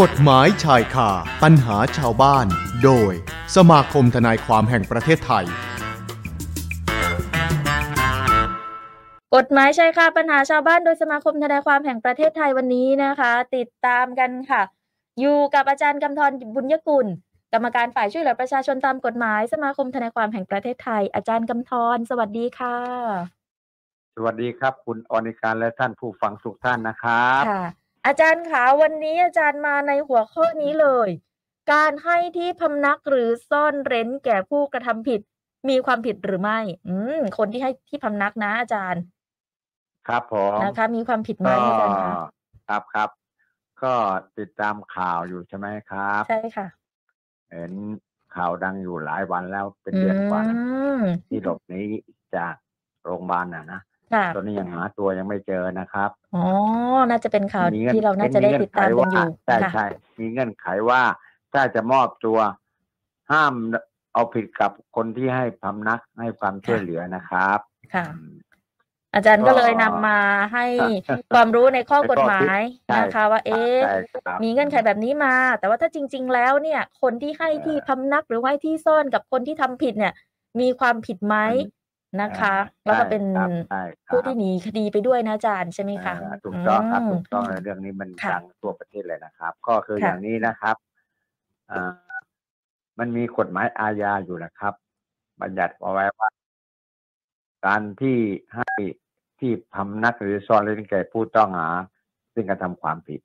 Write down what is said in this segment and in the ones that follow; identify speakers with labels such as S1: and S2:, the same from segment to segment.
S1: กฎหมายชายคาปัญหาชาวบ้าน โดย สมาคมทนายความแห่งประเทศไทย
S2: กฎหมายใช่ค่ะปัญหาชาวบ้านโดยสมาคมทนายความแห่งประเทศไทยวันนี้นะคะ ติดตามกันค่ะ อยู่กับอาจารย์กำธรบุญยกุล กรรมการฝ่ายช่วยเหลือประชาชนตามกฎหมาย สมาคมทนายความแห่งประเทศไทย อาจารย์กำธรสวัสดีค่ะ
S3: สวัสดีครับ คุณอนิการและท่านผู้ฟังทุกท่านนะครับ
S2: ค่ะ อาจารย์คะวันนี้อาจารย์มาในหัวข้อนี้เลย การให้ที่พำนักหรือซ่อนเร้นแก่ผู้กระทำผิด มีความผิดหรือไม่ อืมคนที่ให้ที่พำนักนะ อาจารย์
S3: ครับผม
S2: นะคะ มีความผิดไหม
S3: ก็
S2: อาจารย์คะ
S3: ครับครับ ก็ติดตามข่าวอยู่ใช่ไหมครับ
S2: ใช่ค่ะ
S3: เห็นข่าวดังอยู่หลายวันแล้วเป็นเดือนกว่านะ
S2: ม
S3: ที่หลบหนี้จากโรงพยาบาลน่ะนะ
S2: ค่ะ
S3: ตอนนี้ยังหาตัวยังไม่เจอนะครับ
S2: อ๋อ น่าจะเป็นข่าว
S3: มีงื่อ
S2: ที่เราน่าจะได้ติดตามกันอยู่
S3: ใช่
S2: ค่ะ
S3: ใช่มีเงื่อนไขว่า ถ้าจะมอบตัวห้ามเอาผิดกับคนที่ให้พำนักให้ความช่วยเหลือนะครับ
S2: ค่ะ อาจารย์ก็เลยนำมาให้ความรู้ในข้อกฎหมาย
S3: ใช่
S2: นะคะ ว่าเอ๊ะ
S3: ใช่ครับ
S2: มีเงื่อนไขแบบนี้มา แต่ว่าถ้าจริง ๆ แล้วเนี่ย คนที่ให้ที่พำนักหรือว่าให้ที่ซ่อนกับคนที่ทำผิดเนี่ย มีความผิดไหมนะคะ แล้วก็เป็น
S3: ใช่ครับ
S2: ผู้ที่หนีคดีไปด้วยนะอาจารย์ใช่ไหมคะ
S3: อ่าถูกต้องครับถูกต้อง
S2: อืม
S3: เรื่องนี้มัน
S2: ค่ะ
S3: ดังทั่วประเทศเลยนะครับ ก็คือ
S2: ค่ะ
S3: อย่างนี้นะครับอ่ามันมีกฎหมายอาญาอยู่นะครับ บัญญัติเอาไว้ว่า การที่ให้ที่พำนักหรือซ่อนเร้นแก่ผู้ต้องหา ซึ่งกระทำความผิด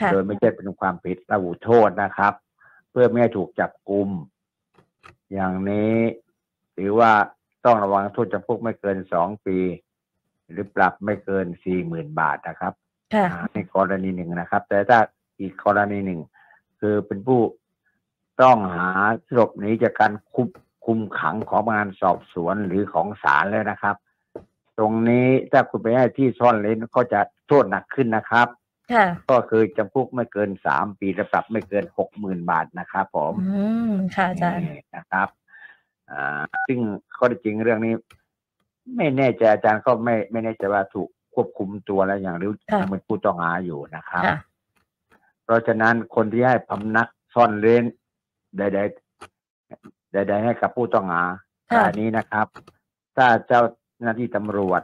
S2: ค่ะ
S3: โดยไม่ใช่เป็นความผิดระบุโทษนะครับ เพื่อไม่ให้ถูกจับกลุม อย่างนี้ถือว่าต้องระวังโทษจำคุกไม่เกินสองปี หรือปรับไม่เกินสี่หมื่นบาทนะครับ
S2: ค่ะ
S3: อ่าในกรณีหนึ่งนะครับ แต่ถ้าอีกกรณีหนึ่ง คือเป็นผู้ต้องหาหลบหนีจากการคุมคุมขังของงานสอบสวนหรือของศาลแล้วนะครับ ตรงนี้ถ้าคุณไปให้ที่ซ่อนเร้นก็จะโทษหนักขึ้นนะครับ
S2: ค่ะ
S3: ก็คือจำคุกไม่เกินสามปีและปรับไม่เกินหกหมื่นบาทนะครับผม
S2: อืมค่ะอาจารย์
S3: นี่นะครับอ่าซึ่งข้อเท็จจริงเรื่องนี้ ไม่แน่ใจอาจารย์ก็ไม่ไม่แน่ใจว่าถูกควบคุมตัวแล้วอย่างหรือ
S2: ค่ะ
S3: ยังเป็นผู้ต้องหาอยู่นะครับ
S2: ค่ะ
S3: เพราะฉะนั้นคนที่ให้พำนักซ่อนเร้นใดๆใดๆให้กับผู้ต้องหา
S2: ค่ะ
S3: รายนี้นะครับ ถ้าเจ้าหน้าที่ตำรวจ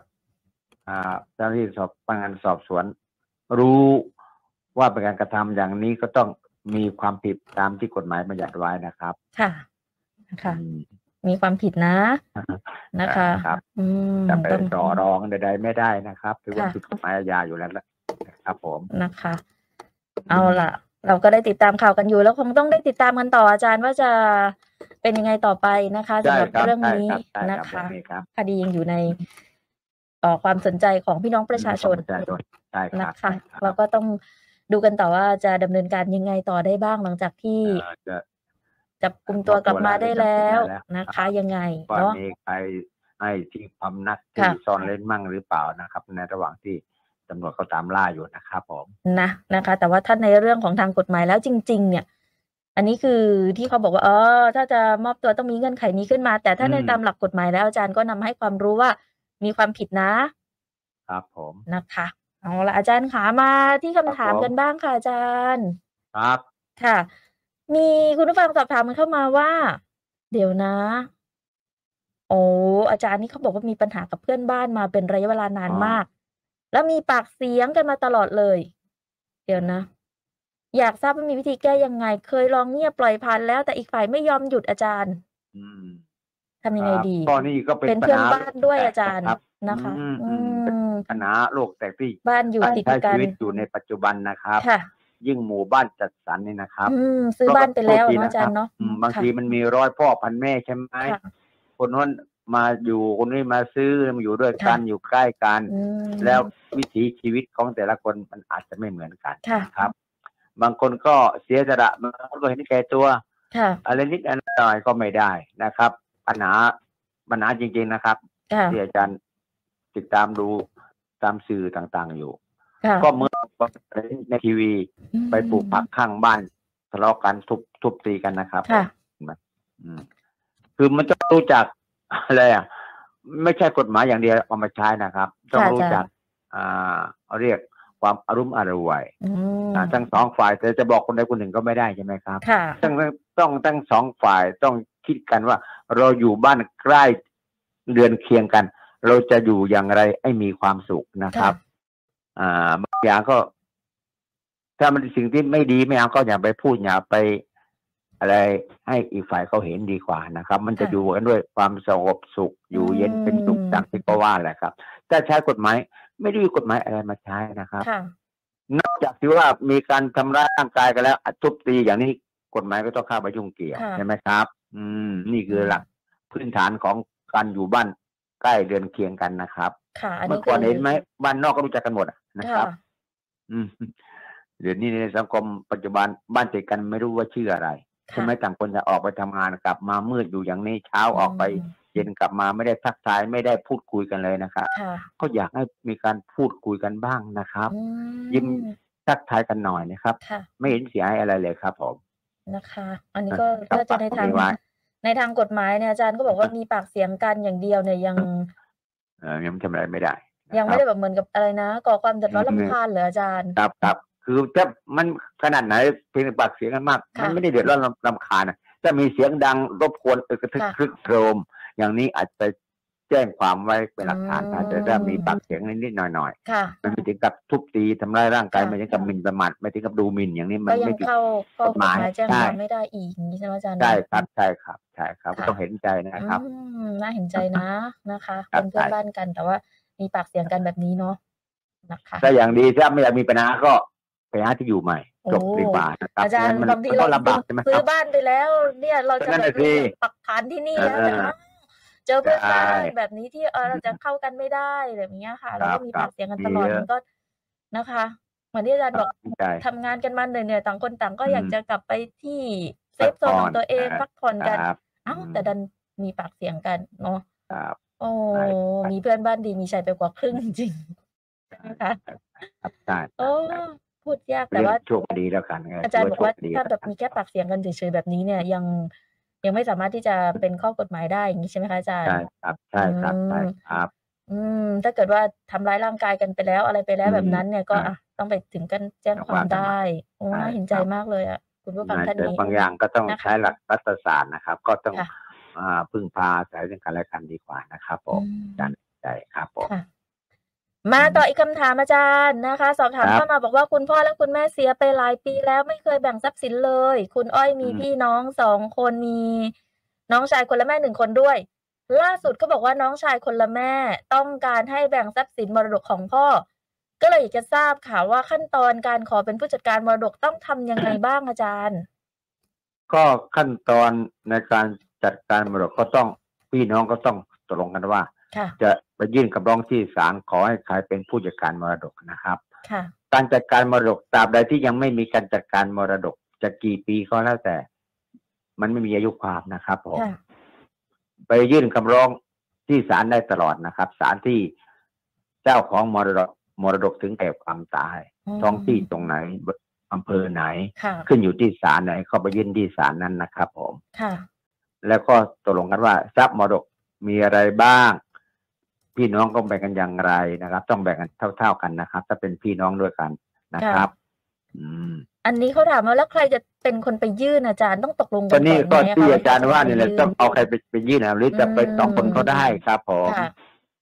S3: อ่า เจ้าหน้าที่สอบพนักงานสอบสวน รู้ว่าเป็นการกระทำอย่างนี้ก็ต้องมีความผิดตามที่กฎหมายบัญญัติไว้นะครับ
S2: ค่ะนะคะ
S3: อืม
S2: มีความผิดนะ นะคะ
S3: ครับ
S2: อืม
S3: จะไป
S2: ต้อง
S3: ต่อรองใดๆไม่ได้นะครับถือว่า
S2: ค่ะ
S3: ผิดกฎหมายอาญาอยู่แล้วนะครับ ผม
S2: นะคะ เอาล่ะ เราก็ได้ติดตามข่าวกันอยู่แล้วคงต้องได้ติดตามกันต่ออาจารย์ว่าจะเป็นยังไงต่อไปนะคะสำ
S3: ได้
S2: หรับ
S3: ครับ
S2: เรื่อง
S3: ได้
S2: นี้
S3: ครับได้
S2: นะครับ คะ
S3: เรื่องนี้ครับ
S2: คดียังอยู่ในเอ่อความสนใจของพี่น้องประชาชน
S3: ประชาชนใช่ค
S2: นะ
S3: รับ
S2: คะ
S3: ใช่รับ
S2: เราก็ต้องดูกันต่อว่าจะดำเนินการยังไงต่อได้บ้างหลังจากที่
S3: อาจจะ
S2: จับกลุ่มตัวกลับมาได้แล้วนะ
S3: รั
S2: คะ ยังไง
S3: ว่า
S2: เนาะ
S3: มีใครให้ที่พำนัก
S2: ค่ะ
S3: ที่ซ่อนเล่นมั่งหรือเปล่านะครับ ในระหว่างที่ตำรวจเขาตามล่าอยู่นะครับผม
S2: นะนะคะ แต่ว่าถ้าในเรื่องของทางกฎหมายแล้วจริง ๆ เนี่ย อันนี้คือที่เขาบอกว่าเออถ้าจะมอบตัวต้องมีเงื่อนไขนี้ขึ้นมา แต่ถ้าใน
S3: อืม
S2: ตามหลักกฎหมายแล้วอาจารย์ก็นำให้ความรู้ว่ามีความผิดนะครับ
S3: ผม
S2: นะคะเอาละอาจารย์ขามาที่คำถามกันบ้างค่ะอาจารย์
S3: ครับ
S2: ค่ะ มีคุณผู้ฟังสอบถามกันเข้ามาว่า เดี๋ยวนะ โอ้อาจารย์นี่เขาบอกว่ามีปัญหากับเพื่อนบ้านมาเป็นระยะเวลานาน
S3: อ๋อ
S2: มาก แล้วมีปากเสียงกันมาตลอดเลย เดี๋ยวนะ อยากทราบว่ามีวิธีแก้ยังไง เคยลองเงียบปล่อยผ่านแล้วแต่อีกฝ่ายไม่ยอมหยุดอาจารย์
S3: อืม
S2: ทำยังไง
S3: ครับ
S2: ดี
S3: ก็นี่ก็เป็น
S2: เป็นเพื่อน
S3: ปัญห
S2: บ้านด้วย
S3: โลกแตก
S2: อาจารย์
S3: ครับ
S2: นะคะ
S3: อืม
S2: อื
S3: อืม
S2: ม
S3: ปัญหาโลกแตกที่
S2: บ้านอยู่ติด
S3: ใช้
S2: กั
S3: ชี
S2: น
S3: วิตอยู่ในปัจจุบันนะครับ
S2: ค่ะ
S3: ยิ่งหมู่บ้านจัดสรรนี่นะครับ
S2: อืม ซื้อบ้านไปแล้วเนาะอาจารย์เนาะ
S3: อืมบาง
S2: ค่ะ
S3: ทีมันมีร้อยพ่อพันแม่ใช่ไหม
S2: ค่ะ
S3: คนนั้นมาอยู่คนนี้มาซื้อมาอยู่ด้วยกัน
S2: ค่ะ
S3: อยู่ใกล้กัน
S2: อืม
S3: แล้ววิถีชีวิตของแต่ละคนมันอาจจะไม่เหมือนกัน
S2: ค่ะ
S3: นะครับ บางคนก็เสียสละบางคนก็เห็นแก่ตัว
S2: ค่ะ
S3: อะไรนิดอะไรหน่อยก็ไม่ได้นะครับ ปัญหาปัญหาจริง ๆนะครับ
S2: ค่ะ
S3: ที่อาจารย์ติดตามดูตามสื่อต่างๆอยู่
S2: ค่ะ
S3: ก็เหมื่อนในทีวีไปปลูกผักข้างบ้านทะเลาะกันทุบทุบตีกันนะครับ
S2: ค่ะ
S3: อืมคือมันต้องรู้จัก อะไรอ่ะ ไม่ใช่กฎหมายอย่างเดียวเอามาใช้นะครับ ต้อง
S2: ค่ะอาจารย์
S3: รู้จัก อ่าเรียก ความอารุมอร่วย
S2: อืม
S3: อ่าทั้งสองฝ่ายแต่จะบอกคนใดคนหนึ่งก็ไม่ได้ใช่ไหมครับ
S2: ค่ะ
S3: ต้องต้องทั้งสองฝ่ายต้องคิดกันว่า เราอยู่บ้านใกล้เดือนเคียงกัน เราจะอยู่อย่างไรให้มีความสุขนะครับ อ่าบางอย่างก็ ถ้ามันสิ่งที่ไม่ดีไม่เอาก็อย่าไปพูดอย่าไป อะไร ให้อีกฝ่ายเขาเห็นดีกว่านะครับ มันจะ
S2: ค่ะ
S3: อยู่กันด้วยความสงบสุข อยู่เย็นเป็นสุข
S2: อืม
S3: ต่างที่ก็ว่าแหละครับถ้าใช้กฎหมายไม่ได้มีกฎหมายอะไรมาใช้นะครับ
S2: ค่ะ
S3: นอกจากที่ว่ามีการทำร้ายร่างกายกันแล้วทุบตีอย่างนี้กฎหมายก็ต้องเข้าไปยุ่งเกี่ยว
S2: ค่ะ
S3: ใช่ไหมครับ อืม นี่คือ
S2: ค่ะ
S3: หลักพื้นฐานของการอยู่บ้านใกล้เดือนเคียงกันนะครับ
S2: ค่ะอัน
S3: เมื่
S2: นี้
S3: อก่อนเห็นไหมบ้านนอกก็รู้จักกันหมดอะนะค
S2: ค่ะ
S3: รับ อืม เดี๋ยวนี้ในสังคมปัจจุบันบ้านติดกันไม่รู้ว่าชื่ออะไรใช่
S2: ค่ะ
S3: ไหมต่างคนจะออกไปทำงานกลับมามืดอยู่อย่างนี้เช้าออกไป
S2: ม
S3: เย็นกลับมาไม่ได้ทักทายไม่ได้พูดคุยกันเลยนะครับ
S2: ค่ะ
S3: ก็อยากให้มีการพูดคุยกันบ้างนะครับ
S2: อื
S3: ยิ้ม ทักทายกันหน่อยนะครับ
S2: ค่ะ
S3: ไม่เห็นเสียหายอะไรเลยครับผม
S2: นะคะ อันนี้ก็
S3: ครับ
S2: ถ้าจะใน
S3: ฝาก
S2: ทาง
S3: ตรงนี้ไว้
S2: ในทางกฎหมายเนี่ยอาจารย์ก็บอกว่ามีปากเสียงกันอย่างเดียวเนี่ยยัง
S3: เอ่อยังทำอะไรไม่ได้นะครับ
S2: ยังไม่ได้แบบเหมือนกับอะไรนะ ก่อความเดือดร้อน
S3: อืม
S2: รำคาญเหรออาจารย์
S3: ครับครับ คือถ้ามันขนาดไหนเพลงปากเสียงกันมาก
S2: ค่ะ
S3: มันไม่ได้เดือดร้อนรำรำคาญนะถ้ามีเสียงดังรบกวนอึกกระทึก
S2: ค่ะ
S3: ครึกโครม อย่างนี้อาจจะแจ้งความไว้เป็นหลักฐานนะแต่ถ้ามีปากเสียงนิดๆหน่อย
S2: ค่ะ
S3: ๆมันไม่ถึงกับทุบตีทำร้ายร่างกาย
S2: ค่ะ
S3: ไม่ถึงกับหมิ่นประมาทไม่ถึงกับดูหมิ่นอย่างนี้มั
S2: ก็
S3: น
S2: ยั
S3: ไม่
S2: ง
S3: ถึง
S2: เข้าเข้าก
S3: ก
S2: ฎ
S3: ฎ
S2: ห
S3: ห
S2: มาม
S3: าย ย
S2: แจ้งความ
S3: ใช่
S2: ไม่ได้อีกอย่างนี้ใช่ไหมอาจารย์
S3: ใช่ครับใช่ครับใช่ครับ
S2: ค่ะ
S3: ต้องเห็นใจนะครับ
S2: อืมน่าเห็นใจนะนะคะ
S3: ครั
S2: เป็
S3: บ
S2: นเพื่อน
S3: ใช่
S2: บ้านกันแต่ว่ามีปากเสียงกันแบบนี้เนาะนะคะ
S3: ถ้าอย่างดีถ้าไม่อยากมีปัญหาก็ไปหาที่อยู่ใหม่จบ
S2: โอ้
S3: ดีกว่านะครับ
S2: อาจารย์
S3: ไม่น
S2: บางที
S3: มัน
S2: เรา
S3: ก็ลำบากใช่ไหม
S2: ซื้
S3: ค
S2: อ
S3: รับ
S2: บ้านไปแล้ว เนี่ยเราจะ
S3: นั่น
S2: แบบ
S3: น่ะสิ
S2: ปักฐานที่นี่แล้ว
S3: เออ
S2: แต่ว่าเจอเพื่อนบ้า
S3: ใช่
S2: นแบบนี้ที่เออเราจะเข้ากันไม่ได้แบบเนี้ยค่ะ
S3: ครั
S2: เรา
S3: บ
S2: ก็มีปากเสียงกันตลอด
S3: ครับ
S2: มันก็นะคะ เหมือนที่อาจารย์บอก
S3: ใช่
S2: ทำงานกันมาเหนื่อยๆต่างคนต่างก็อยาก
S3: อืม
S2: จะกลับไปที่เซ
S3: พั
S2: ฟ
S3: ก
S2: โซนขอ
S3: ผ่อง น
S2: ตัวเอง
S3: อ่า
S2: พักผ่อนกัน
S3: ครับ
S2: เอ้า
S3: อืม
S2: แต่ดันมีปากเสียงกันเนาะ
S3: ครับ
S2: โอ้
S3: ใช่
S2: มีเพื่อนบ้านดีมีชัยไปกว่าครึ่งจริงๆนะคะ
S3: ครับใช่
S2: โอ้พูดยากแต่
S3: แต่ว่า
S2: ว่า
S3: โชคดีแล้วกันไง
S2: อาจารย์บอกว่า
S3: ถือโชคดี
S2: ถ้าแบบ
S3: ล้วกัน
S2: มีแค่ปากเสียงกันเฉยๆแบบนี้เนี่ยยังยังไม่สามารถที่จะเป็นข้อกฎหมายได้อย่างนี้ใช่ไหมคะอาจารย์
S3: ใช่ครับใช่ครับใช่ครับ
S2: อืม ถ้าเกิดว่าทำร้ายร่างกายกันไปแล้วอะไรไปแล้ว
S3: อืม
S2: แบบนั้นเนี่ยก็
S3: ใช่
S2: อ่ะต้องไปถึงกันแจ้งความ
S3: แจ้งความ
S2: ได้โอ้
S3: ใช่
S2: น่าเห็นใจ
S3: ครับ
S2: มากเลยอ่ะคุณผู้ฟัง
S3: นะ
S2: ท่าน
S3: แต่
S2: นี้
S3: บางอย่างก็ต้อง
S2: นะคะ
S3: ใช้หลักรัฐศาสตร์นะครับ ก็ต้อง
S2: ค่ะ
S3: อ่าพึ่งพาสายเรื่องกันและกันดีกว่านะครับผ
S2: อื
S3: ม
S2: ม
S3: จันใจครับผม
S2: ค่ะ มาต่ออีกคำถามอาจารย์นะคะ สอบถาม
S3: ครับ
S2: เข้ามาบอกว่าคุณพ่อและคุณแม่เสียไปหลายปีแล้วไม่เคยแบ่งทรัพย์สินเลย คุณอ้อยมี
S3: อืม
S2: พี่น้องสองคนมี น้องชายคนละแม่หนึ่งคนด้วย ล่าสุดก็บอกว่าน้องชายคนละแม่ ต้องการให้แบ่งทรัพย์สินมรดกของพ่อ ก็เลยอยากจะทราบค่ะว่าขั้นตอนการขอเป็นผู้จัดการมรดกต้องทำยังไงบ้างอาจารย์
S3: ก็ขั้นตอนในการจัดการมรดกก็ต้องพี่น้องก็ต้องตกลงกันว่า
S2: ค่ะ
S3: จะไปยื่นคำร้องที่ศาลขอให้ใครเป็นผู้จัดการมรดกนะครับ
S2: ค่ะ
S3: การจัดการมรดกตราบใดที่ยังไม่มีการจัดการมรดกจะกี่ปีก็แล้วแต่ มันไม่มีอายุความนะครับผม
S2: ค่ะ
S3: ไปยื่นคำร้องที่ศาลได้ตลอดนะครับศาลที่เจ้าของมรดกมรดกถึงแก่ความตาย
S2: อืม
S3: ท้องที่ตรงไหนอำเภอไหน
S2: ค่ะ
S3: ขึ้นอยู่ที่ศาลไหนก็ไปยื่นที่ศาลนั้นนะครับผม
S2: ค่ะ
S3: แล้วก็ตกลงกันว่าทรัพย์มรดกมีอะไรบ้าง พี่น้องก็แบ่งกันอย่างไรนะครับ ต้องแบ่งกันเท่า ๆกันนะครับ ถ้าเป็นพี่น้องด้วยกันนะครับ อืม
S2: อันนี้เขาถามว่าแล้วใครจะเป็นคนไปยื่นอาจารย์ต้องตกลง
S3: ต
S2: กั
S3: อนนี้
S2: ก่
S3: ก็
S2: อนไหม
S3: ที่
S2: คะ
S3: อาจารย์ว่า
S2: ใคจะ
S3: เนี่ย
S2: ไปน
S3: แหละต้องเอาใครไปไปยื่นนะหรือจะไป
S2: อืม
S3: สองคนก็ได้ครับผม
S2: ค่ะ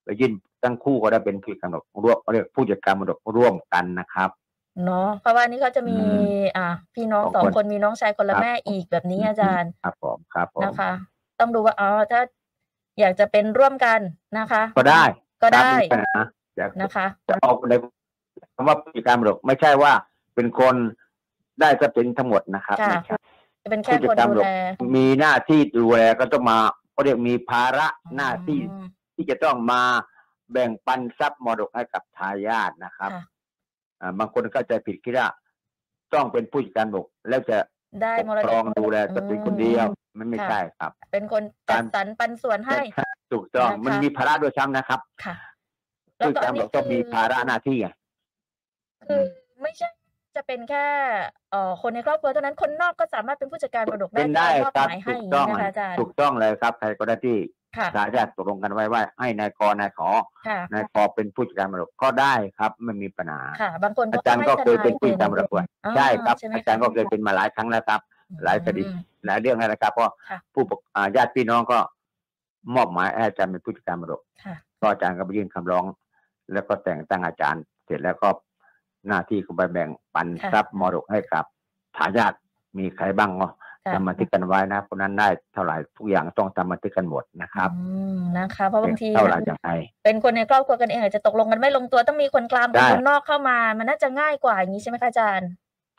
S3: ไปยื่นทั้งคู่ก็ได้เป็นผู้กำหนดร่วมเรียกผู้จัดการมรดกร่วมกันนะครับ
S2: เนาะเพราะว่านี่เขาจะมี
S3: อืม
S2: อ่า พี่น้องส
S3: ส
S2: อ
S3: อง ง
S2: ค
S3: คน น
S2: มีน้องชายคนละ
S3: ครับ
S2: แม่อีกแบบนี้อาจารย์
S3: ครับผมครับผม
S2: นะคะ ต้องดูว่าอ๋อถ้าอยากจะเป็นร่วมกันนะคะ
S3: ก็ได้
S2: ก็ได้
S3: ครับม่มีปัญหาจะ
S2: นะคะ
S3: จะเอาในคำว่าผู้จัดการมรดกไม่ใช่ว่าเป็นคนได้ทรัพย์สินทั้งหมดนะครับ
S2: ค่ะ
S3: ไม่ใช่
S2: จะเป็นแค่คนดูแล
S3: มีหน้าที่ดูแลก็ต้องมาเขาเรียกมีภาระหน้าที่
S2: อืม
S3: ที่จะต้องมาแบ่งปันทรัพย์มรดกให้กับทายาทนะครับ
S2: ค่ะ
S3: อ่าบางคนเข้าใจผิดคิดว่าต้องเป็นผู้จัดการมรดกแล้วจะ
S2: ได้
S3: ปก
S2: มร
S3: ค
S2: ด
S3: รอก งดูแลทรัพย์สินคนเดียว มันไม่ใช่ครับ
S2: เป็นคนจัดสรรปันส่วนให้
S3: ถูกต้อง
S2: นะคะ
S3: มันมีภาระด้วยซ้ำนะครับ
S2: ค่ะ แล้
S3: ผู้
S2: ว
S3: จั
S2: ก็
S3: ด
S2: อันนี้
S3: การมรดกต้องมีภาระหน้าที่ไง
S2: คือไม่ใช่จะเป็นแค่เอ่อคนในครอบครัวเท่านั้นคนนอกก็สามารถเป็นผู้จัดการมรดกได้
S3: เป็นได้
S2: ตามมอบ
S3: ครับ
S2: หมายให้อย่าง
S3: ถูกต้อ
S2: นี้
S3: ง
S2: นะคะอาจารย์
S3: ถูกต้องเลยครับ ใครก็ได้ที่
S2: ค่ะ
S3: ศาลจะตกลงกันไว้ว่า ให้นายกนายขอ
S2: ค่ะ
S3: นายกเป็นผู้จัดการมรดกก็ได้ครับไม่มีปัญหา
S2: ค่ะ บางคน
S3: อาจารย์ก็เคยเป็นผู้จัดการมรดกไว้
S2: อ่า
S3: ใช่ครับ
S2: ไหม
S3: อาจารย์ก็เคยเป็นมาหลายครั้งแล้วครับ หลายคดี
S2: อืม
S3: หลายเรื่องแล้วนะครับเพราะ
S2: ค่ะ
S3: ผู้ปกอ่าญาติพี่น้องก็มอบหมายให้อาจารย์เป็นผู้จัดการมรดก
S2: ค่ะ
S3: ก็อาจารย์ก็ไปยื่นคำร้อง แล้วก็แต่งตั้งอาจารย์ เสร็จแล้วก็หน้าที่ก็ไปแบ่งปัน
S2: ค่ะ
S3: ทรัพย์มรดกให้กับทายาทมีใครบ้างเนาะ
S2: ค่ะ
S3: ทำบันทึกกันไว้นะคนนั้นได้เท่าไหร่ทุกอย่างต้องทำบันทึกกันหมดนะครับ
S2: อืมนะคะ เพราะบางที
S3: เท่าไหร่อย่างไร
S2: เป็นคนในครอบครัวกันเองอาจจะตกลงกันไม่ลงตัวต้องมีคนกลางกับ
S3: ได้
S2: คนนอกเข้ามา มันน่าจะง่ายกว่าอย่างนี้ใช่ไหมคะอาจารย์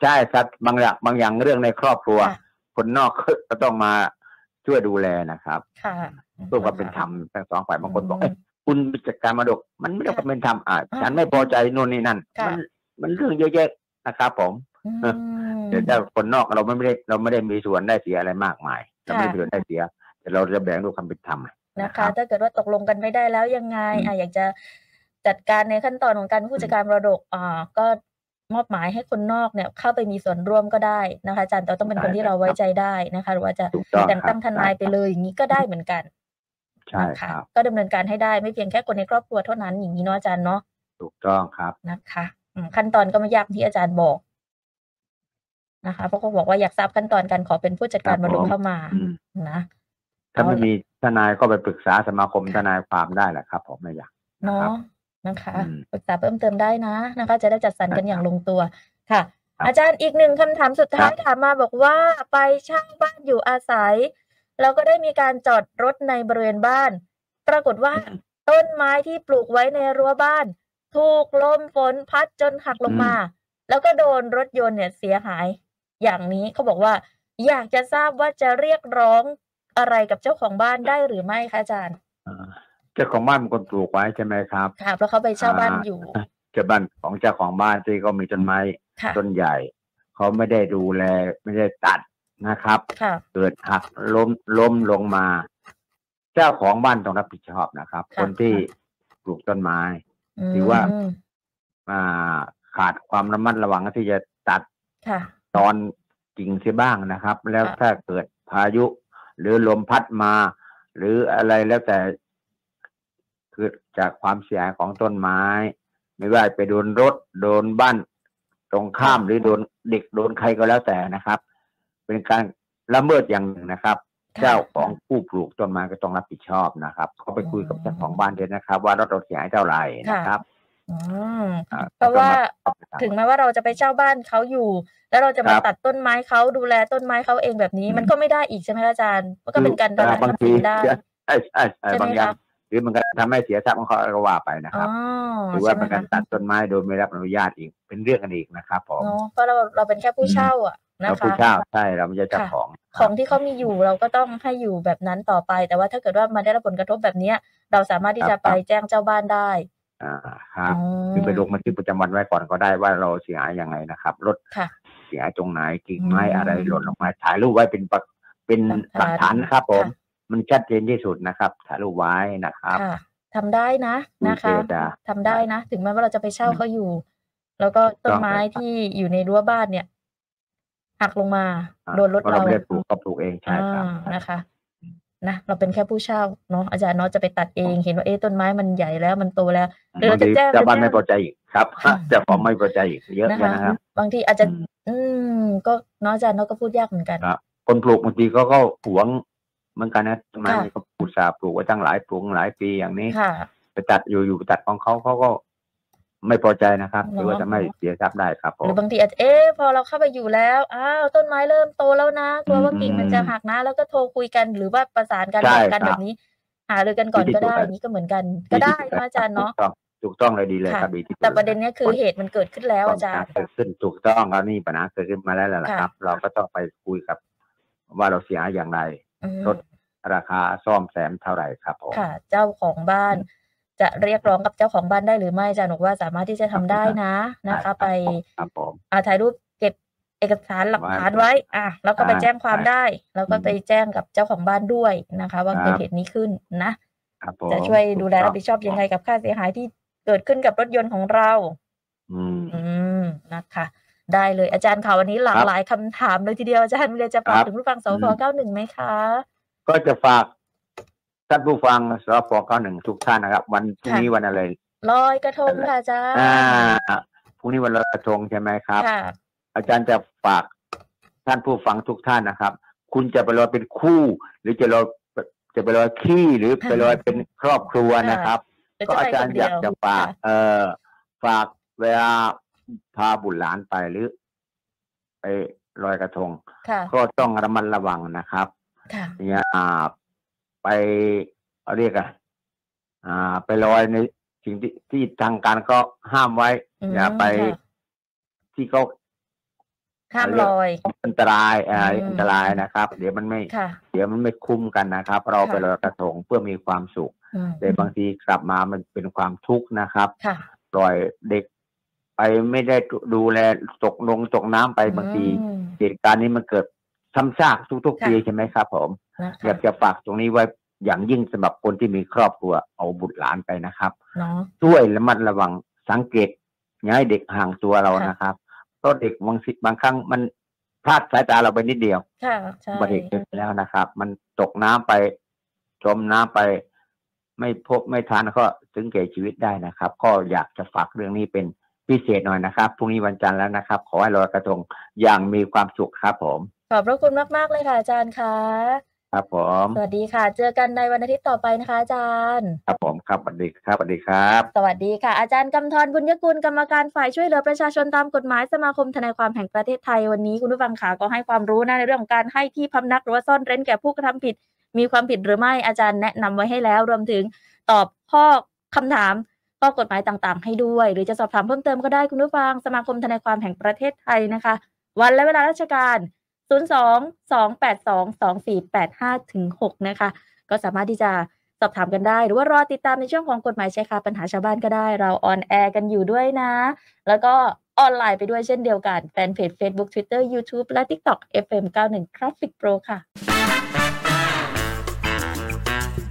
S3: ใช่ครับบางอย่างบางอย่างเรื่องในครอบครัว
S2: ค่ะ
S3: คนนอกก็ต้องมาช่วยดูแลนะครับ
S2: ค่ะ
S3: ร่วมกับเป็นธรรมทั้งสองฝ่ายบางคนบอก
S2: อื
S3: เอ้ย
S2: ม
S3: คุณจัดการมรดก มันไม่ได้
S2: ค่ะ
S3: เป็นธรรมอ่ะ
S2: อ่า
S3: ฉันไม่พอใจนู่นนี่นั่น
S2: ค่ะ
S3: มันมันเรื่องเยอะแยะนะครับผม เออ เดี๋ยวถ้าคนนอกเราไม่ได้เราไม่ได้มีส่วนได้เสียอะไรมากมายเราไม่
S2: ค่ะ
S3: มีส่วนได้เสีย แต่เราจะแบ่งด้วยความเป็นธรรม
S2: นะ
S3: นะค
S2: คะ
S3: รับ
S2: ถ้าเกิดว่าตกลงกันไม่ได้แล้วยังไง
S3: อืม
S2: อ่ะอยากจะจัดการในขั้นตอนของการผู้จัดการมรดกอ่าก็มอบหมายให้คนนอกเนี่ยเข้าไปมีส่วนร่วมก็ได้นะคะอาจารย์แต่ต้องเป็นคนที่เราไว้ใจได้นะคะ หรือว่าจะ
S3: ถูกต้อง
S2: แต่งตั้ง
S3: ครับ
S2: ทนายไปเลยอย่างนี้ก็ได้เหมือนกัน
S3: ใช่
S2: นะ
S3: ค
S2: คะ
S3: รับ
S2: ก็ดำเนินการให้ได้ไม่เพียงแค่คนในครอบครัวเท่านั้นอย่างนี้เนาะอาจารย์เนาะ
S3: ถูกต้องครับ
S2: นะคะอืมขั้นตอนก็ไม่ยากที่อาจารย์บอกนะคะเพราะเขาบอกว่าอยากทราบขั้นตอนการขอเป็นผู้จัดการมรดกเข้ามา
S3: อืม
S2: นะ
S3: ถ้าไม่มีทนายก็ไปปรึกษาสมาคมทนายความได้แหละครับ ผมไม่อยาก
S2: เนาะ
S3: ครับ
S2: นะคะ
S3: อืม
S2: ปรึกษาเพิ่มเติมได้นะนะคะ จะได้จัดสรรกันอ
S3: ได้ครับ
S2: ย่างลงตัวค่ะ
S3: ครับ
S2: อาจารย์อีกหนึ่งคำถามสุดท้าย
S3: ครับ
S2: ถามมาบอกว่าไปเช่าบ้านอยู่อาศัย แล้วก็ได้มีการจอดรถในบริเวณบ้าน ปรากฏว่าต้นไม้ที่ปลูกไว้ในรั้วบ้าน ถูกลมฝนพัดจนหักลงมา แล้วก็โดนรถยนต์เนี่ยเสียหาย อย่างนี้เขาบอกว่า อยากจะทราบว่าจะเรียกร้องอะไรกับเจ้าของบ้านได้หรือไม่คะอาจารย์
S3: เอ่อเจ้าของบ้านเป็นคนปลูกไว้ใช่ไหมครับ
S2: ค่ะเพราะเขาไปเช่าบ้าน
S3: อ่า
S2: อยู่
S3: เจ้าบ้านของเจ้าของบ้านที่ก็มีต้นไม้
S2: ค่ะ
S3: ต้นใหญ่ เขาไม่ได้ดูแลไม่ได้ตัดนะครับ
S2: ค่ะ
S3: เกิดหักล้มล้มลงมา เจ้าของบ้านต้องรับผิดชอบนะครับ
S2: ค่ะ
S3: คนที่ปลูกต้นไม้ หรือว่า
S2: ม
S3: อ่าขาดความระมัดระวังที่จะตัด
S2: ค่ะ
S3: ตอนกิ่งเสียบ้างนะครับ แล้ว
S2: ค่ะ
S3: ถ้าเกิดพายุ หรือลมพัดมา หรืออะไรแล้วแต่เกิดจากความเสียหายของต้นไม้ ไม่ว่าไปโดนรถโดนบ้าน ตรงข้าม
S2: ค่ะ
S3: หรือโดนเด็กโดนใครก็แล้วแต่นะครับ เป็นการละเมิดอย่างหนึ่งนะครับ
S2: ค่ะ
S3: เจ้าของผู้ปลูกต้นไม้ก็ต้องรับผิดชอบนะครับเขาไปคุยกับเจ้าของบ้านด้วยนะครับ ว่ารถเราเสียหายเท่าไหร่นะครับ
S2: อืม
S3: อ่
S2: เพราะว่า
S3: ต้องรับผิดชอบ
S2: ถึงแม้ว่าเราจะไปเช่าบ้านเขาอยู่ แล้วเราจะมา
S3: ครับ
S2: ตัดต้นไม้เขาดูแลต้นไม้เขาเองแบบนี้
S3: อืม
S2: มันก็ไม่ได้อีกใช่ไหมคะอาจารย์ มันก็เป็นการทำลายท
S3: บา
S2: รั
S3: ง
S2: พย์
S3: ที
S2: สินได้
S3: ใช่ใช่ใช่ใช่
S2: ใช่ไหม
S3: บางอย่าง
S2: คะ
S3: หรือมันก็ทำให้เสียทรัพย์ของเขาก็ว่าไปนะค
S2: อ๋
S3: รั
S2: อบ
S3: หรือว่า
S2: ใช่ไหม
S3: เป็นกา
S2: คะ
S3: รตัดต้นไม้โดยไม่รับอนุญาตอีกเป็นเรื่องกันอีกนะครับผม
S2: เนาะเพราะเราเราเป็นแค่ผู้เช่าอ่ะนะ
S3: เราผู้
S2: คะ
S3: เช่าใช่เราไม่ใช่เจ้า
S2: ค่ะ
S3: ของ
S2: ของที่เขามีอยู่เราก็ต้องให้อยู่แบบนั้นต่อไป แต่ว่าถ้าเกิดว่ามันได้รับผลกระทบแบบเนี้ย เราสามารถที่จะไปแจ้งเจ้าบ้านได้
S3: อ่าครับ
S2: อืม
S3: คือไปลงบันทึกประจำวันไว้ก่อนก็ได้ว่าเราเสียหายยังไงนะครับรถ
S2: ค่ะ
S3: เสียหายตรงไหนกิ่งไม้
S2: อืม
S3: อะไรหล่นลงมาถ่ายรูปไว้เป็นปะเป็น
S2: ห
S3: ห
S2: ลั
S3: ลั
S2: ก
S3: ก
S2: ฐา
S3: ฐาน นนะครับ ผม
S2: ค่ะ
S3: มันชัดเจนที่สุดนะครับถ่ายรูปไว้นะครับ
S2: ค่ะทำได้นะ
S3: มี
S2: นะ
S3: เจ
S2: คะ
S3: ตนา
S2: ทำได้นะ ถึงแม้ว่าเราจะไปเช่า
S3: อืม
S2: เขาอยู่ แล้วก็ต้นไม้
S3: ต้องครับ
S2: ที่อยู่ในรั้วบ้านเนี่ยหักลงมา โดนรถ
S3: เพราะ
S2: เรา
S3: เราไม่ได้ปลูกก็ปลูกเองใช่ครับ
S2: อ่านะคะนะเราเป็นแค่ผู้เช่าเนาะอาจารย์เนาะจะไปตัดเองเห็นว่าเอ๊ะต้นไม้มันใหญ่แล้วมันโตแล้ว หรือเรา
S3: บาง
S2: จะ
S3: ที
S2: แจ้ง
S3: เจ้าบ้าน
S2: จะแจ้ง
S3: ไม่พอใจอีกครับ
S2: ค่ะ
S3: เจ้าของไม่พอใจอีกเยอะ
S2: นะ
S3: เลย
S2: คะ
S3: นะครับ
S2: บางทีอาจจะ
S3: อืม
S2: อืม ก็เนาะอาจารย์เนาะก็พูดยากเหมือนกัน
S3: คนปลูกบางทีเขาก็หวงเหมือนกันนะทำไม
S2: ค่ะ
S3: เขาปลูกสาห์ปลูกไว้ตั้งหลายปลูกหลายปีอย่างนี้
S2: ค่ะ
S3: ไปตัดอยู่อยู่ไปตัดของเขาเขาก็ไม่พอใจนะครับ
S2: เหรอ
S3: หรือว่าจะไม่เสียทรัพย์ได้ครับผ
S2: หรื
S3: ม
S2: อบางทีอาจจะเอ๊ะพอเราเข้าไปอยู่แล้วอ้าวต้นไม้เริ่มโตแล้วนะกลัวว่ากิ่งมันจะหักนะ แล้วก็โทรคุยกันหรือว่าประสานกัน
S3: ใช่
S2: บอกกัน
S3: ครับ
S2: แบบนี้ หารือกันก่อน
S3: วิธี
S2: ก็ได้
S3: เดียว
S2: อ
S3: กัน
S2: ย่างนี้ก็เหมือนกันก็ได้
S3: ที่สุ
S2: นะอาจารย์เนาะ
S3: ถูกต้องถูกต้องเลยดีเลย
S2: ค่ะ
S3: ครับดีที่สุด
S2: แต่ประเด็นเนี้ยคือ
S3: รับ
S2: เหตุมันเกิดขึ้นแล้วอาจารย์
S3: เกิดขึ้นถูกต้องแล้วนี่ปัญหาเกิดขึ้นมาแล้วแหละ
S2: ค่ะ
S3: ครับ เราก็ต้องไปคุยกับ ว่าเราเสียหายอย่างไร
S2: อืม
S3: รถ ราคาซ่อมแซมเท่าไหร่ครับผม
S2: ค่ะ เจ้าของบ้าน จะเรียกร้องกับเจ้าของบ้านได้หรือไม่อาจารย์บอกว่าสามารถที่จะทำได้นะนะคะ ไป
S3: ครับผม
S2: อาถ่ายรูปเก็บเอกสารหลักฐานไว้ อ่ะแล้วก็ไป
S3: อ่า
S2: แจ้งความได้ แล้วก็ไปแจ้งกับเจ้าของบ้านด้วยนะคะ ว่าเกิด
S3: ครับ
S2: เหตุนี้ขึ้นนะ
S3: ครับผม
S2: จะช่วยดูแลรับผิดชอบ
S3: ถูกต้
S2: ยังไงกับค่าเสียหายที่เกิดขึ้นกับรถยนต์ของเรา
S3: อืม
S2: อืมนะคะ ได้เลยอาจารย์ค่ะวันนี้หลา
S3: ค
S2: ก
S3: รับ
S2: หลายคำถามเลยทีเดียวอาจารย์มีอะไรจะฝาก
S3: ครับ
S2: ถึงผู้ฟังส
S3: อื
S2: พ
S3: ม
S2: 91ไหมคะ
S3: ก็จะฝาก ท่านผู้ฟังสปเก้าหนึ่งทุกท่านนะครับ วันพรุ่งนี้วันอะไร
S2: ลอยกระทงค่ะอาจารย์
S3: อ่าพรุ่งนี้วันลอยกระทงใช่ไหมครับ
S2: ค่ะ
S3: อาจารย์จะฝากท่านผู้ฟังทุกท่านนะครับ คุณจะไปลอยเป็นคู่ หรือจะลอยจะไปลอยขี้หรือไปลอยเป็นครอบครัวนะครับ
S2: แล้ว
S3: ก็
S2: จะ
S3: อา
S2: ไปค
S3: จาร
S2: น
S3: ย์อ
S2: เดี
S3: ยา
S2: ยว
S3: กจะฝาก เอ่อฝากเวลาพาบุตรหลานไปหรือไปลอยกระทง
S2: ค่ะ
S3: ก็ต้องระมัดระวังนะครับ
S2: ค่ะ
S3: อย่าไปเอาเรียกอะอ่า ไปลอยในสิ่งที่ที่ทางการก็ห้ามไว้
S2: อืม
S3: อย่าไป
S2: ค่ะ
S3: ที่เขา
S2: ห้ามลอย
S3: อันตรายอ่า
S2: อืม
S3: อันตรายนะครับ เดี๋ยวมันไม่
S2: ค่ะ
S3: เดี๋ยวมันไม่คุ้มกันนะครับ เรา
S2: ค่ะ
S3: ไปลอยกระทงเพื่อมีความสุข
S2: อืม
S3: แต่บางทีกลับมามันเป็นความทุกข์นะครับ
S2: ค่ะ
S3: ปล่อยเด็กไปไม่ได้ดูแลตกลงตกน้ำไปบางที
S2: อืม
S3: เหตุการณ์นี้มันเกิดซ้ำซากทุกๆปีใช่ไหมครับผม
S2: นะ
S3: อยาก
S2: คะ
S3: จะฝากตรงนี้ไว้อย่างยิ่งสำหรับคนที่มีครอบครัวเอาบุตรหลานไปนะครับ
S2: เนาะ
S3: ช่วยระมัดระวังสังเกตอย่าให้เด็กห่างตัวเรา
S2: ค่ะ
S3: นะครับ เพราะเด็กบางสิบางครั้งมันพลาดสายตาเราไปนิดเดียว
S2: ค่ะใช่
S3: อุบัติเหตุเกิดขึ้นแล้วนะครับ มันตกน้ำไป จมน้ำไป ไม่พบไม่ทานก็ถึงแก่ชีวิตได้นะครับ ก็อยากจะฝากเรื่องนี้เป็นพิเศษหน่อยนะครับพรุ่งนี้วันจันทร์แล้วนะครับ ขอให้ลอยกระทงอย่างมีความสุขครับ ผม
S2: ขอบพระคุณมาก ๆ เลยค่ะอาจารย์ค่ะ
S3: ครับ ผม
S2: สวัสดีค่ะ เจอกันในวันอาทิตย์ต่อไปนะคะอาจารย์
S3: ครับผมครับสวัสดีครับสวัสดีครับ
S2: สวัสดีค่ะอาจารย์กำธรบุญยกุลกรรมการฝ่ายช่วยเหลือประชาชนตามกฎหมายสมาคมทนายความแห่งประเทศไทยวันนี้คุณผู้ฟังขาก็ให้ความรู้นะในเรื่องของการให้ที่พำนักหรือว่าซ่อนเร้นแก่ผู้กระทำผิด มีความผิดหรือไม่อาจารย์แนะนำไว้ให้แล้ว รวมถึงตอบข้อคำถามข้อกฎหมายต่างๆ ให้ด้วย หรือจะสอบถามเพิ่มเติมก็ได้คุณผู้ฟังสมาคมทนายความแห่งประเทศไทยนะคะ วันและเวลาราชการ 0 2 2 8 2 2 4 8 5ถึง6นะคะ ก็สามารถที่จะสอบถามกันได้ หรือว่ารอติดตามในช่วงของกฎหมายชายคาปัญหาชาวบ้านก็ได้ เราออนแอร์กันอยู่ด้วยนะ แล้วก็ออนไลน์ไปด้วยเช่นเดียวกัน แฟนเพจ Facebook Twitter YouTube และ TikTok FM 91 Traffic Pro ค่ะ